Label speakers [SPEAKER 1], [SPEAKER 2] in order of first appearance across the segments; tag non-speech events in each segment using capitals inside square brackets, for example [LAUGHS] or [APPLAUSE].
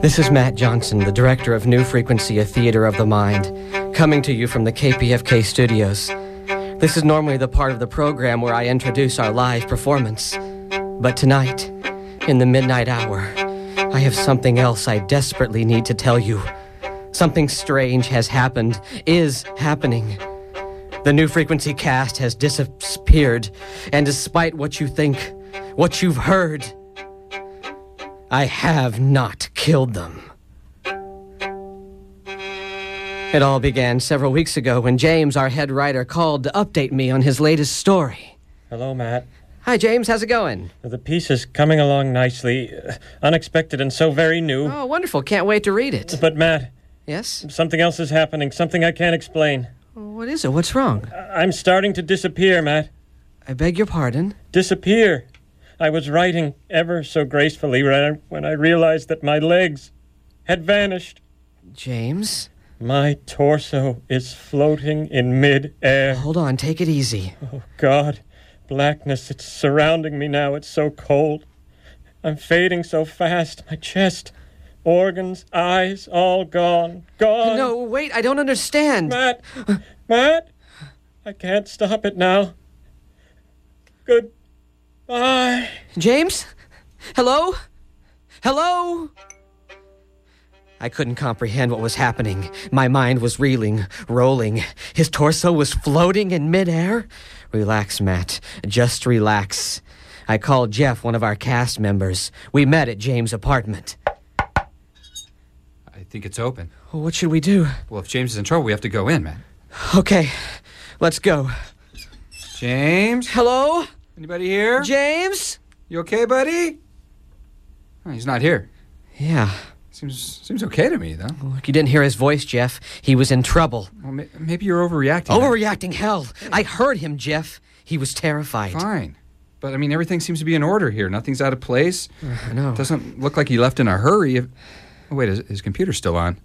[SPEAKER 1] This is Matt Johnson, the director of New Frequency, a theater of the mind, coming to you from the KPFK studios. This is normally the part of the program where I introduce our live performance. But tonight, in the midnight hour, I have something else I desperately need to tell you. Something strange has happened, is happening. The new frequency cast has disappeared, and despite what you think, what you've heard, I have not killed them. It all began several weeks ago when James, our head writer, called to update me on his latest story.
[SPEAKER 2] Hello, Matt.
[SPEAKER 1] Hi, James, how's it going?
[SPEAKER 2] The piece is coming along nicely, uh, unexpected and so very new.
[SPEAKER 1] Oh, wonderful. Can't wait to read it.
[SPEAKER 2] But, Matt,
[SPEAKER 1] Yes?
[SPEAKER 2] something else is happening, something I can't explain.
[SPEAKER 1] What is it? What's wrong?
[SPEAKER 2] I- I'm starting to disappear, Matt.
[SPEAKER 1] I beg your pardon.
[SPEAKER 2] Disappear. I was writing ever so gracefully when I, when I realized that my legs had vanished.
[SPEAKER 1] James?
[SPEAKER 2] My torso is floating in midair.
[SPEAKER 1] Hold on, take it easy.
[SPEAKER 2] God, blackness, it's surrounding me now. It's so cold. I'm fading so fast. My chest, organs, eyes, all gone. Gone.
[SPEAKER 1] No, wait, I don't understand.
[SPEAKER 2] Matt. Matt. I can't stop it now. Goodbye.
[SPEAKER 1] James? Hello? Hello? I couldn't comprehend what was happening. My mind was reeling, rolling. His torso was floating in midair. Relax, Matt. Just relax. I called Jeff, one of our cast members. We met at James' apartment.
[SPEAKER 3] I think it's open.
[SPEAKER 1] Well, what should we do?
[SPEAKER 3] Well, if James is in trouble, we have to go in, man.
[SPEAKER 1] Okay, let's go.
[SPEAKER 3] James?
[SPEAKER 1] Hello?
[SPEAKER 3] Anybody here?
[SPEAKER 1] James?
[SPEAKER 3] you okay, buddy? Oh, he's not here.
[SPEAKER 1] Yeah.
[SPEAKER 3] Seems seems okay to me, though.
[SPEAKER 1] Look, you didn't hear his voice, Jeff. He was in trouble.
[SPEAKER 3] Well, ma- maybe you're overreacting.
[SPEAKER 1] Overreacting hell. I heard him, Jeff. He was terrified.
[SPEAKER 3] Fine. But, I mean, everything seems to be in order here. Nothing's out of place.
[SPEAKER 1] I know.
[SPEAKER 3] Doesn't look like he left in a hurry. If... Oh, wait, his, his computer's still on.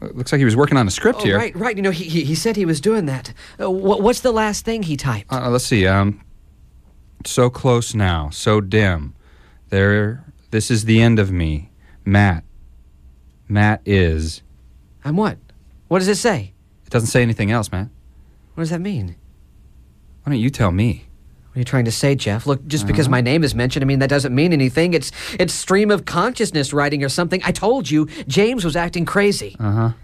[SPEAKER 3] Uh, Looks like he was working on a script
[SPEAKER 1] Oh,
[SPEAKER 3] here.
[SPEAKER 1] right, right. You know, he, he, he said he was doing that. Uh, wh- what's the last thing he typed?
[SPEAKER 3] Uh, let's see. Um, so close now, so dim. There, this is the end of me, Matt. Matt is.
[SPEAKER 1] I'm what? What does it say?
[SPEAKER 3] It doesn't say anything else, Matt.
[SPEAKER 1] What does that mean?
[SPEAKER 3] Why don't you tell me?
[SPEAKER 1] What are you trying to say, Jeff? Look, just because my name is mentioned, I mean, that doesn't mean anything. It's, it's stream of consciousness writing or something. I told you, James was acting crazy.
[SPEAKER 3] L-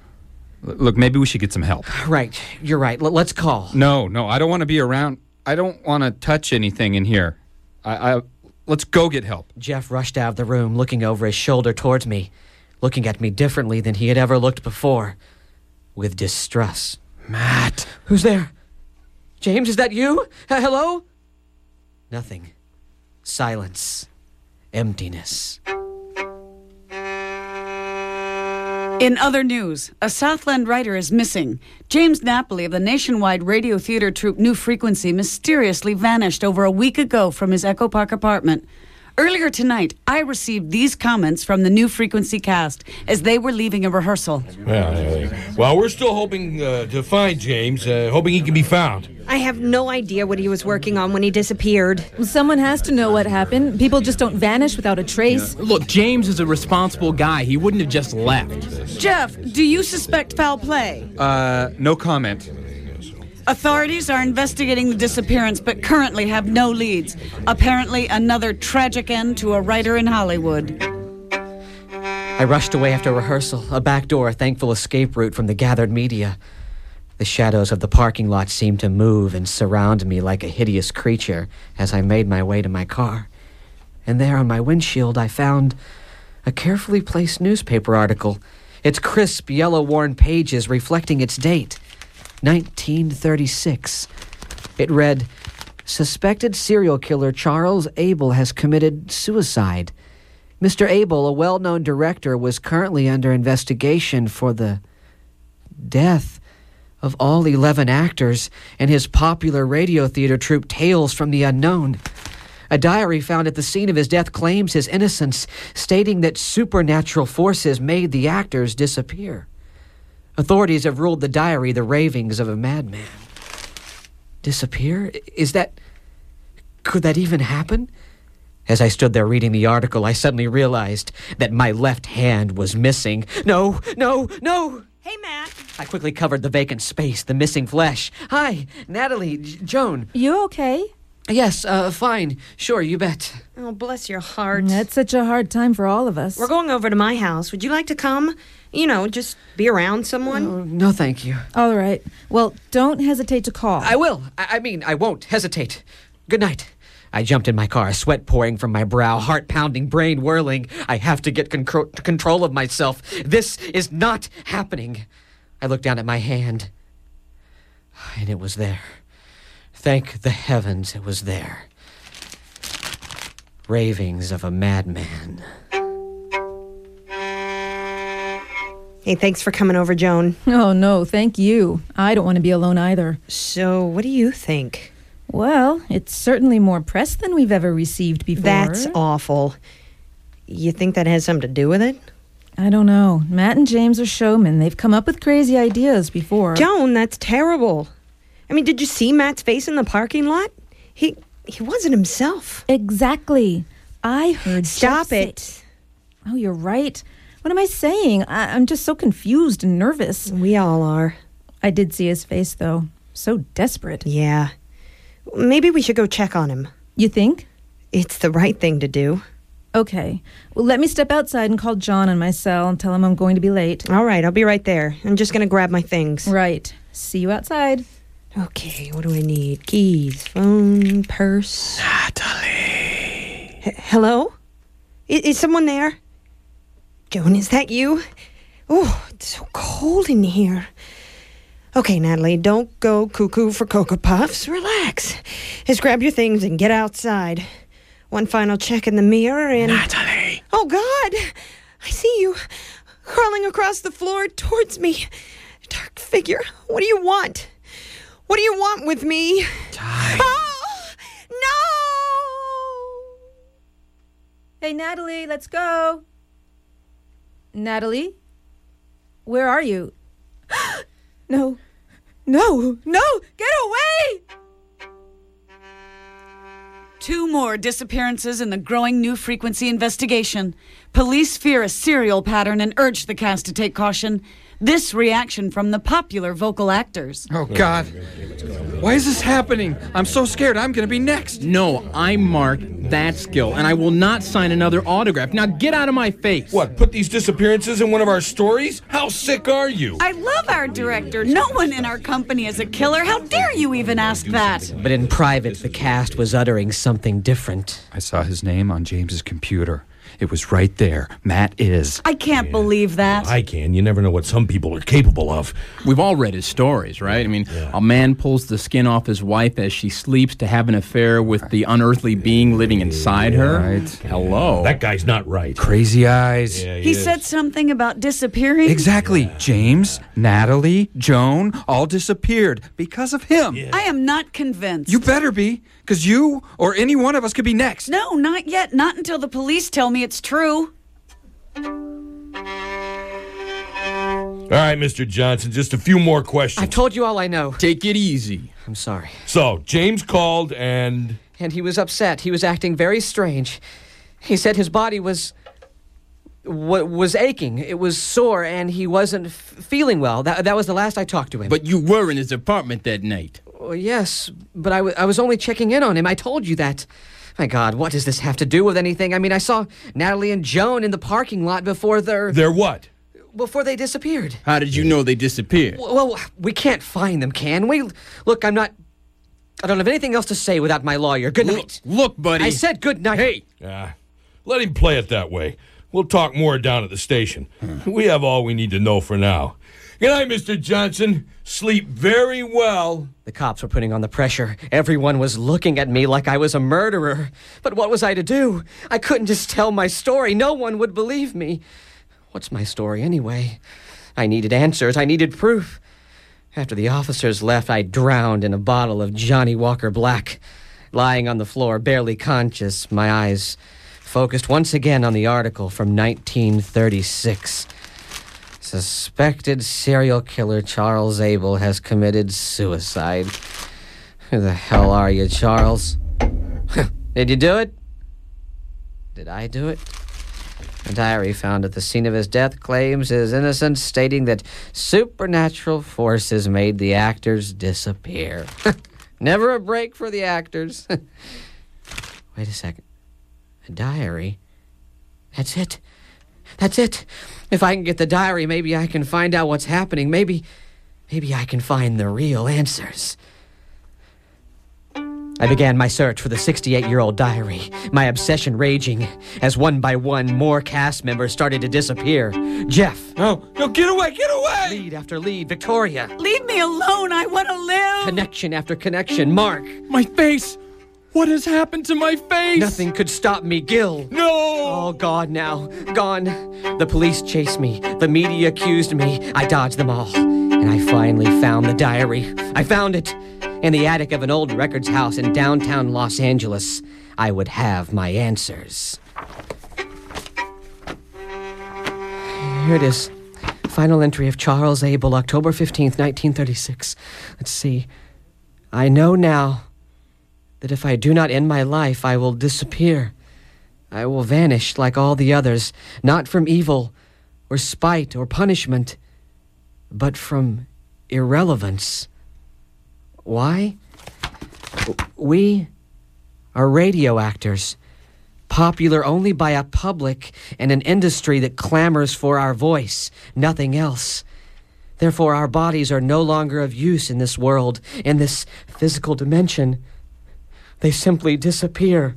[SPEAKER 3] look, maybe we should get some help.
[SPEAKER 1] right, you're right. L- let's call.
[SPEAKER 3] No, no, I don't want to be around. I don't want to touch anything in here. I, I, let's go get help.
[SPEAKER 1] Jeff rushed out of the room, looking over his shoulder towards me, looking at me differently than he had ever looked before, with distrust.
[SPEAKER 3] Matt.
[SPEAKER 1] Who's there? James, is that you? H- hello? Nothing. Silence. Emptiness.
[SPEAKER 4] In other news, a Southland writer is missing. James Napoli of the nationwide radio theater troupe New Frequency mysteriously vanished over a week ago from his Echo Park apartment. Earlier tonight, I received these comments from the New Frequency cast as they were leaving a rehearsal.
[SPEAKER 5] Well, anyway. well, we're still hoping uh, to find James, uh, hoping he can be found.
[SPEAKER 6] I have no idea what he was working on when he disappeared.
[SPEAKER 7] Someone has to know what happened. People just don't vanish without a trace.
[SPEAKER 8] Look, James is a responsible guy. He wouldn't have just left.
[SPEAKER 4] Jeff, do you suspect foul play?
[SPEAKER 3] Uh, no comment.
[SPEAKER 4] Authorities are investigating the disappearance but currently have no leads. Apparently, another tragic end to a writer in Hollywood.
[SPEAKER 1] I rushed away after rehearsal, a back door, a thankful escape route from the gathered media. The shadows of the parking lot seemed to move and surround me like a hideous creature as I made my way to my car. And there on my windshield, I found a carefully placed newspaper article, its crisp, yellow worn pages reflecting its date 1936. It read Suspected serial killer Charles Abel has committed suicide. Mr. Abel, a well known director, was currently under investigation for the death of all 11 actors in his popular radio theater troupe Tales from the Unknown. A diary found at the scene of his death claims his innocence, stating that supernatural forces made the actors disappear. Authorities have ruled the diary the ravings of a madman. Disappear? Is that. Could that even happen? As I stood there reading the article, I suddenly realized that my left hand was missing. No, no, no!
[SPEAKER 6] Hey, Matt.
[SPEAKER 1] I quickly covered the vacant space, the missing flesh. Hi, Natalie, J- Joan.
[SPEAKER 7] You okay?
[SPEAKER 1] Yes, uh, fine. Sure, you bet.
[SPEAKER 6] Oh, bless your heart.
[SPEAKER 7] That's such a hard time for all of us.
[SPEAKER 6] We're going over to my house. Would you like to come? You know, just be around someone.
[SPEAKER 1] Oh, no, thank you.
[SPEAKER 7] all right. Well, don't hesitate to call.
[SPEAKER 1] I will. I, I mean, I won't hesitate. Good night. I jumped in my car, sweat pouring from my brow, heart pounding, brain whirling. I have to get concro- control of myself. This is not happening. I looked down at my hand, and it was there. Thank the heavens it was there. Ravings of a madman.
[SPEAKER 6] Hey, thanks for coming over, Joan.
[SPEAKER 7] Oh, no, thank you. I don't want to be alone either.
[SPEAKER 6] So, what do you think?
[SPEAKER 7] Well, it's certainly more press than we've ever received before.
[SPEAKER 6] That's awful. You think that has something to do with it?
[SPEAKER 7] I don't know. Matt and James are showmen. They've come up with crazy ideas before.
[SPEAKER 6] Joan, that's terrible. I mean, did you see Matt's face in the parking lot? He he wasn't himself.
[SPEAKER 7] Exactly. I heard. Jeff
[SPEAKER 6] Stop
[SPEAKER 7] say-
[SPEAKER 6] it.
[SPEAKER 7] Oh, you're right. What am I saying? I- I'm just so confused and nervous.
[SPEAKER 6] We all are.
[SPEAKER 7] I did see his face, though. So desperate.
[SPEAKER 6] Yeah. Maybe we should go check on him.
[SPEAKER 7] You think?
[SPEAKER 6] It's the right thing to do.
[SPEAKER 7] Okay. Well, let me step outside and call John on my cell and tell him I'm going to be late.
[SPEAKER 6] All right, I'll be right there. I'm just going to grab my things.
[SPEAKER 7] Right. See you outside.
[SPEAKER 6] Okay, what do I need? Keys, phone, purse. Natalie. hello? I- is someone there? Joan, is that you? Oh, it's so cold in here. Okay, Natalie, don't go cuckoo for Cocoa Puffs. Relax. Just grab your things and get outside. One final check in the mirror and. Natalie! Oh, God! I see you crawling across the floor towards me. Dark figure, what do you want? What do you want with me? Oh,
[SPEAKER 7] Hey, Natalie, let's go. Natalie? Where are you? [GASPS] no. No. No. Get away.
[SPEAKER 4] Two more disappearances in the growing new frequency investigation. Police fear a serial pattern and urge the cast to take caution. This reaction from the popular vocal actors.
[SPEAKER 3] Oh, God. Why is this happening? I'm so scared. I'm going to be next.
[SPEAKER 8] No, I'm Mark Thatskill, and I will not sign another autograph. Now get out of my face.
[SPEAKER 5] What, put these disappearances in one of our stories? How sick are you?
[SPEAKER 4] I love our director. No one in our company is a killer. How dare you even ask that?
[SPEAKER 1] But in private, the cast was uttering something different.
[SPEAKER 3] I saw his name on James's computer. It was right there. Matt is.
[SPEAKER 4] I can't believe that.
[SPEAKER 5] I can. You never know what some people are capable of.
[SPEAKER 8] We've all read his stories, right? I mean, a man pulls the skin off his wife as she sleeps to have an affair with the unearthly being living inside her.
[SPEAKER 3] Right.
[SPEAKER 8] Hello.
[SPEAKER 5] That guy's not right.
[SPEAKER 3] Crazy eyes.
[SPEAKER 4] he said something about disappearing.
[SPEAKER 3] Exactly. James, Natalie, Joan all disappeared because of him.
[SPEAKER 4] I am not convinced.
[SPEAKER 3] You better be, because you or any one of us could be next.
[SPEAKER 4] no, not yet. Not until the police tell me it's true.
[SPEAKER 5] All right, Mr. Johnson, just a few more
[SPEAKER 1] I've
[SPEAKER 5] questions.
[SPEAKER 1] told you all I know.
[SPEAKER 8] Take it easy.
[SPEAKER 1] I'm sorry.
[SPEAKER 5] so, James called and.
[SPEAKER 1] and he was upset. He was acting very strange. He said his body was wa was aching. It was sore, and he wasn't f- feeling well. That that was the last I talked to him.
[SPEAKER 8] But you were in his apartment that night.
[SPEAKER 1] Well, yes, but I wa- I was only checking in on him. I told you that. My God, what does this have to do with anything? I mean, I saw Natalie and Joan in the parking lot before their
[SPEAKER 5] They're what?
[SPEAKER 1] before they disappeared.
[SPEAKER 8] How did you know they disappeared?
[SPEAKER 1] Well, we can't find them, can we? Look, I'm not. I don't have anything else to say without my lawyer. Good
[SPEAKER 8] Look,
[SPEAKER 1] night.
[SPEAKER 8] look, buddy.
[SPEAKER 1] I said good night.
[SPEAKER 8] Hey,
[SPEAKER 5] Ah, let him play it that way. We'll talk more down at the station. We have all we need to know for now. Good night, Mr. Johnson. Sleep very well.
[SPEAKER 1] The cops were putting on the pressure. Everyone was looking at me like I was a murderer. But what was I to do? I couldn't just tell my story. No one would believe me. What's my story anyway? I needed answers. I needed proof. After the officers left, I drowned in a bottle of Johnny Walker Black. Lying on the floor, barely conscious, my eyes focused once again on the article from 1936. Suspected serial killer Charles Abel has committed suicide. [LAUGHS] Who the hell are you, Charles? Did you do it? Did I do it? A diary found at the scene of his death claims his innocence, stating that supernatural forces made the actors disappear. [LAUGHS] Never a break for the actors. [LAUGHS] Wait a second. A diary? That's it. That's it. If I can get the diary, maybe I can find out what's happening. Maybe. Maybe I can find the real answers. I began my search for the 68 year old diary, my obsession raging as one by one more cast members started to disappear. Jeff,
[SPEAKER 5] No, no, get away, get away!
[SPEAKER 1] lead after lead, Victoria,
[SPEAKER 4] Leave me alone. I want to live.
[SPEAKER 1] connection after connection, Mark.
[SPEAKER 8] My face! What has happened to my face?
[SPEAKER 1] Nothing could stop me, Gil.
[SPEAKER 5] No!
[SPEAKER 1] All gone now. Gone. The police chased me. The media accused me. I dodged them all. And I finally found the diary. I found it in the attic of an old records house in downtown Los Angeles. I would have my answers. Here it is. Final entry of Charles Abel, October 15th, 1936. Let's see. I know now that if I do not end my life, I will disappear. I will vanish like all the others, not from evil or spite or punishment, but from irrelevance. Why? W- We are radio actors, popular only by a public and an industry that clamors for our voice, nothing else. Therefore, our bodies are no longer of use in this world, in this physical dimension. They simply disappear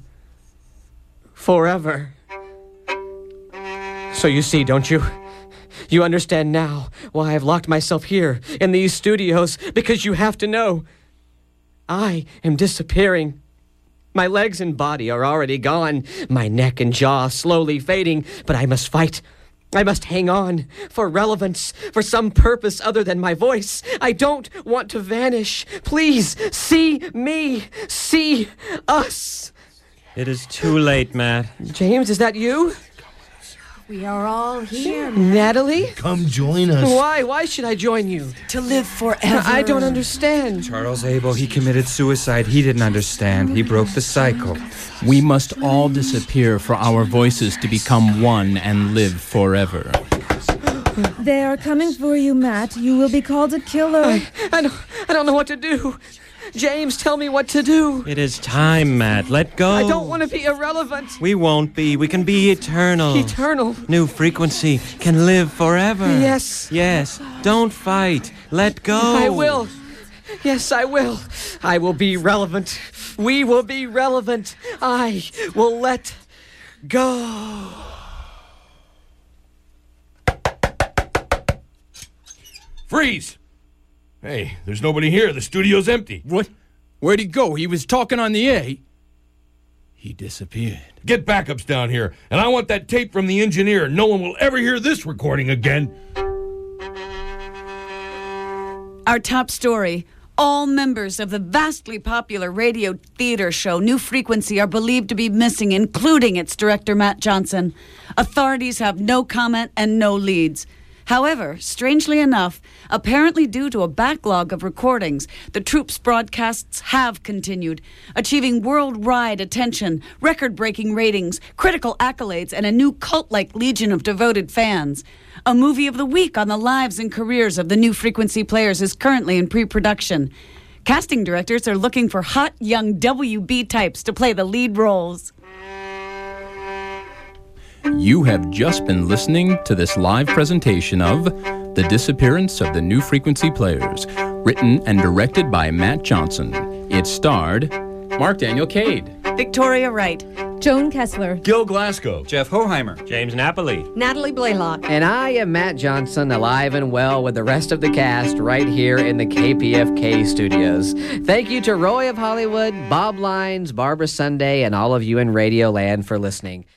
[SPEAKER 1] forever. So you see, don't you? You understand now why I've locked myself here in these studios because you have to know I am disappearing. My legs and body are already gone, my neck and jaw slowly fading, but I must fight. I must hang on for relevance, for some purpose other than my voice. I don't want to vanish. Please see me, see us.
[SPEAKER 2] It is too late, Matt.
[SPEAKER 1] James, is that you?
[SPEAKER 7] We are all here.
[SPEAKER 1] Natalie?
[SPEAKER 9] Come join us.
[SPEAKER 1] Why? Why should I join you?
[SPEAKER 4] To live forever.
[SPEAKER 1] I don't understand.
[SPEAKER 3] Charles Abel, he committed suicide. He didn't understand. He broke the cycle.
[SPEAKER 8] We must all disappear for our voices to become one and live forever.
[SPEAKER 7] They are coming for you, Matt. You will be called
[SPEAKER 6] [LAUGHS]
[SPEAKER 7] a killer.
[SPEAKER 1] I don't, I don't know what to do. James, tell me what to do.
[SPEAKER 2] It is time, Matt. Let go.
[SPEAKER 1] I don't want to be irrelevant.
[SPEAKER 2] We won't be. We can be eternal.
[SPEAKER 1] Eternal.
[SPEAKER 2] New frequency can live forever.
[SPEAKER 1] Yes.
[SPEAKER 2] Yes. Don't fight. Let go.
[SPEAKER 1] I will. Yes, I will. I will be relevant. We will be relevant. I will let go.
[SPEAKER 5] Freeze! Hey, there's nobody here. The studio's empty.
[SPEAKER 8] What? Where'd he go? He was talking on the air. He- He disappeared.
[SPEAKER 5] Get backups down here, and I want that tape from the engineer. No one will ever hear this recording again.
[SPEAKER 4] Our top story. All members of the vastly popular radio theater show New Frequency are believed to be missing, including its director Matt Johnson. Authorities have no comment and no leads. However, strangely enough, apparently due to a backlog of recordings, the troops' broadcasts have continued, achieving worldwide attention, record breaking ratings, critical accolades, and a new cult like legion of devoted fans. A movie of the week on the lives and careers of the new frequency players is currently in pre production. Casting directors are looking for hot young WB types to play the lead roles.
[SPEAKER 8] You have just been listening to this live presentation of The Disappearance of the New Frequency Players, written and directed by Matt Johnson. It starred Mark Daniel Cade.
[SPEAKER 4] Victoria Wright.
[SPEAKER 7] Joan Kessler.
[SPEAKER 5] Gil Glasgow.
[SPEAKER 3] Jeff Hoheimer.
[SPEAKER 2] James Napoli.
[SPEAKER 6] Natalie Blaylock.
[SPEAKER 1] And I am Matt Johnson, alive and well with the rest of the cast right here in the KPFK studios. Thank you to Roy of Hollywood, Bob Lines, Barbara Sunday, and all of you in Radio Land for listening.